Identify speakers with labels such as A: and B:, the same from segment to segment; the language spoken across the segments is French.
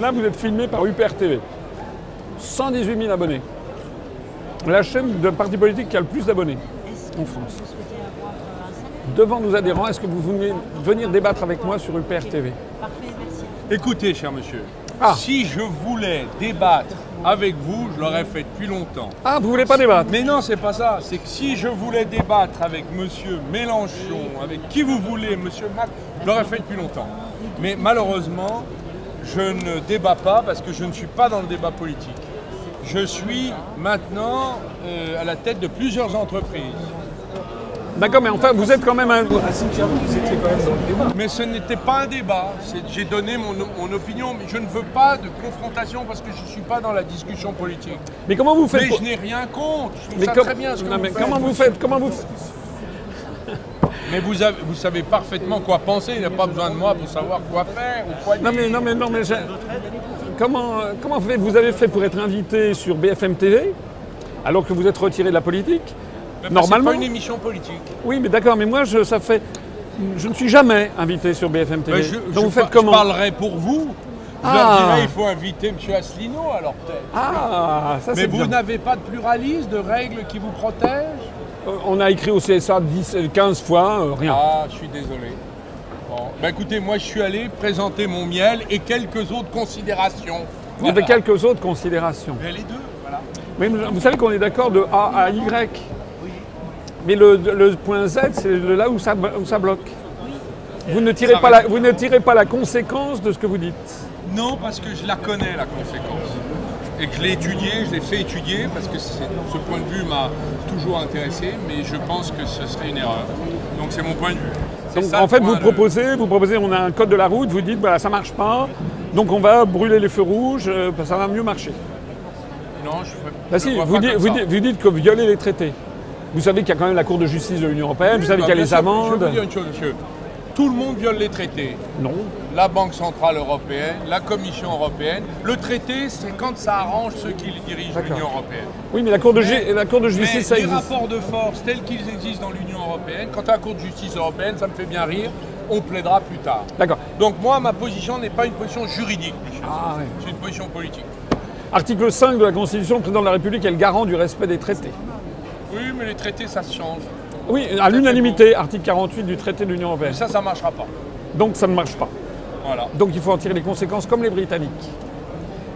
A: Là, vous êtes filmé par UPR TV. 118 000 abonnés. La chaîne de parti politique qui a le plus d'abonnés
B: Est-ce que
A: en France.
B: vous souhaitez avoir euh, un salaire
A: Devant nos adhérents, est-ce que vous voulez venir débattre avec moi sur UPR TV
B: Parfait, merci.
C: Écoutez, cher monsieur,
A: Ah.
C: si je voulais débattre avec vous, je l'aurais fait depuis longtemps.
A: Ah, vous voulez pas débattre
C: Mais non, c'est pas ça. C'est que si je voulais débattre avec monsieur Mélenchon, avec qui vous voulez, monsieur Macron, je l'aurais fait depuis longtemps. Mais malheureusement, je ne débat pas parce que je ne suis pas dans le débat politique. Je suis maintenant euh, à la tête de plusieurs entreprises.
A: D'accord, mais enfin, vous êtes quand même un.
C: Mais ce n'était pas un débat. C'est- J'ai donné mon, mon opinion, mais je ne veux pas de confrontation parce que je ne suis pas dans la discussion politique.
A: Mais comment vous faites
C: Mais
A: pour-
C: je n'ai rien contre. Je trouve
A: Mais
C: ça
A: com-
C: très bien ce que
A: Non,
C: vous
A: mais
C: faites.
A: comment vous faites Comment vous
C: Mais vous, avez- vous savez parfaitement quoi penser, il n'y a pas besoin de moi pour savoir quoi faire ou quoi dire.
A: Non mais non mais non mais j'ai- comment euh, comment fait- vous avez fait pour être invité sur BFM TV alors que vous êtes retiré de la politique
C: Mais
A: Normalement.
C: C'est pas une émission politique.
A: Oui mais d'accord mais moi je ça fait je ne suis jamais invité sur BFM TV.
C: Mais Ben, je,
A: Donc
C: je
A: vous
C: par-
A: faites
C: je
A: comment
C: parlerai pour vous. Je
A: Ah.
C: leur dirai, il faut inviter M. Asselineau alors peut-être.
A: Ah ça
C: Mais
A: c'est
C: vous
A: bien.
C: n'avez pas de pluralisme, de règles qui vous protègent
A: Euh, On a écrit au CSA 10 euh, 15 fois euh, rien.
C: Ah, je suis désolé. Bon. Bah, écoutez, moi je suis allé présenter mon miel et quelques autres considérations.
A: Il y avait quelques autres considérations.
C: Mais les deux, voilà.
A: Mais vous savez qu'on est d'accord de A à Y. Mais le, le point Z, c'est le- là où ça, où ça bloque. Vous ne, tirez
C: Ça
A: pas la,
C: reste-
A: vous ne tirez pas la conséquence de ce que vous dites.
C: Non, parce que je la connais, la conséquence. Et que je l'ai étudiée, je l'ai fait étudier, parce que c'est- ce point de vue m'a toujours intéressé, mais je pense que ce serait une erreur. Donc c'est mon point de vue. C'est
A: Donc,
C: ça,
A: en
C: le
A: fait,
C: point
A: vous
C: de-
A: proposez, vous proposez, on a un code de la route, vous dites, voilà, ça marche pas, donc on va brûler les feux rouges, euh, ça va mieux marcher.
C: Non, je ferais-
A: Bah
C: je
A: si,
C: vois
A: vous,
C: pas
A: dites-
C: comme
A: vous
C: ça.
A: dites- vous dites que violer les traités. Vous savez qu'il y a quand même la Cour de justice de l'Union européenne, vous savez
C: Bah,
A: qu'il y a
C: bien
A: les
C: sûr, Je vais
A: amendes.
C: vous dire une chose, monsieur. Tout le monde viole les traités.
A: Non.
C: La Banque Centrale Européenne, la Commission Européenne. Le traité, c'est quand ça arrange ceux qui dirigent
A: D'accord.
C: l'Union Européenne.
A: Oui, mais la Cour de, ju-
C: Mais-
A: la cour de
C: Mais
A: justice, ça
C: les
A: existe.
C: rapports de force tels qu'ils existent dans l'Union européenne, quant à la Cour de justice européenne, ça me fait bien rire, on plaidera plus tard.
A: D'accord.
C: Donc moi, ma position n'est pas une position juridique, monsieur.
A: Ah, ouais.
C: C'est une position politique.
A: Article 5 de la Constitution, le président de la République est le garant du respect des traités.
C: Oui, mais les traités, ça se change.
A: Oui, à l'unanimité, article 48 du traité de l'Union
C: Et
A: européenne.
C: ça, ça ne marchera pas.
A: Donc ça ne marche pas.
C: Voilà.
A: Donc il faut en tirer les conséquences comme les Britanniques.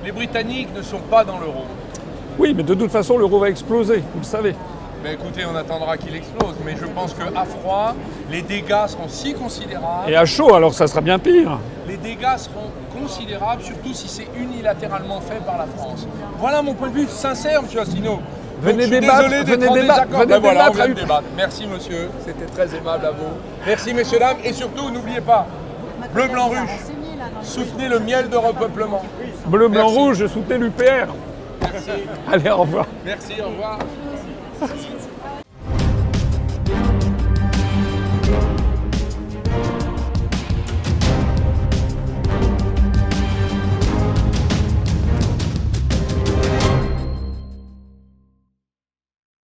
C: Les Britanniques ne sont pas dans l'euro.
A: Oui, mais de toute façon, l'euro va exploser, vous le savez.
C: Mais écoutez, on attendra qu'il explose. Mais je pense qu'à froid, les dégâts seront si considérables.
A: Et à chaud, alors ça sera bien pire.
C: Les dégâts seront considérables, surtout si c'est unilatéralement fait par la France. Voilà mon point de vue sincère, monsieur Asselineau.
A: Venez
C: Donc, je suis
A: débattre,
C: désolé d'être
A: venez
C: en
A: débattre,
C: désaccord.
A: venez
C: Ben voilà, on
A: débattre
C: vient
A: à
C: de
A: Utrecht.
C: débattre. Merci monsieur, c'était très aimable à vous. Merci messieurs, dames, et surtout n'oubliez pas, bleu, blanc, ruche, soutenez le miel de repeuplement.
A: Bleu, blanc,
C: Merci.
A: rouge, je soutenais l'UPR.
C: Merci,
A: Allez, au revoir.
C: merci, au revoir.
B: Merci.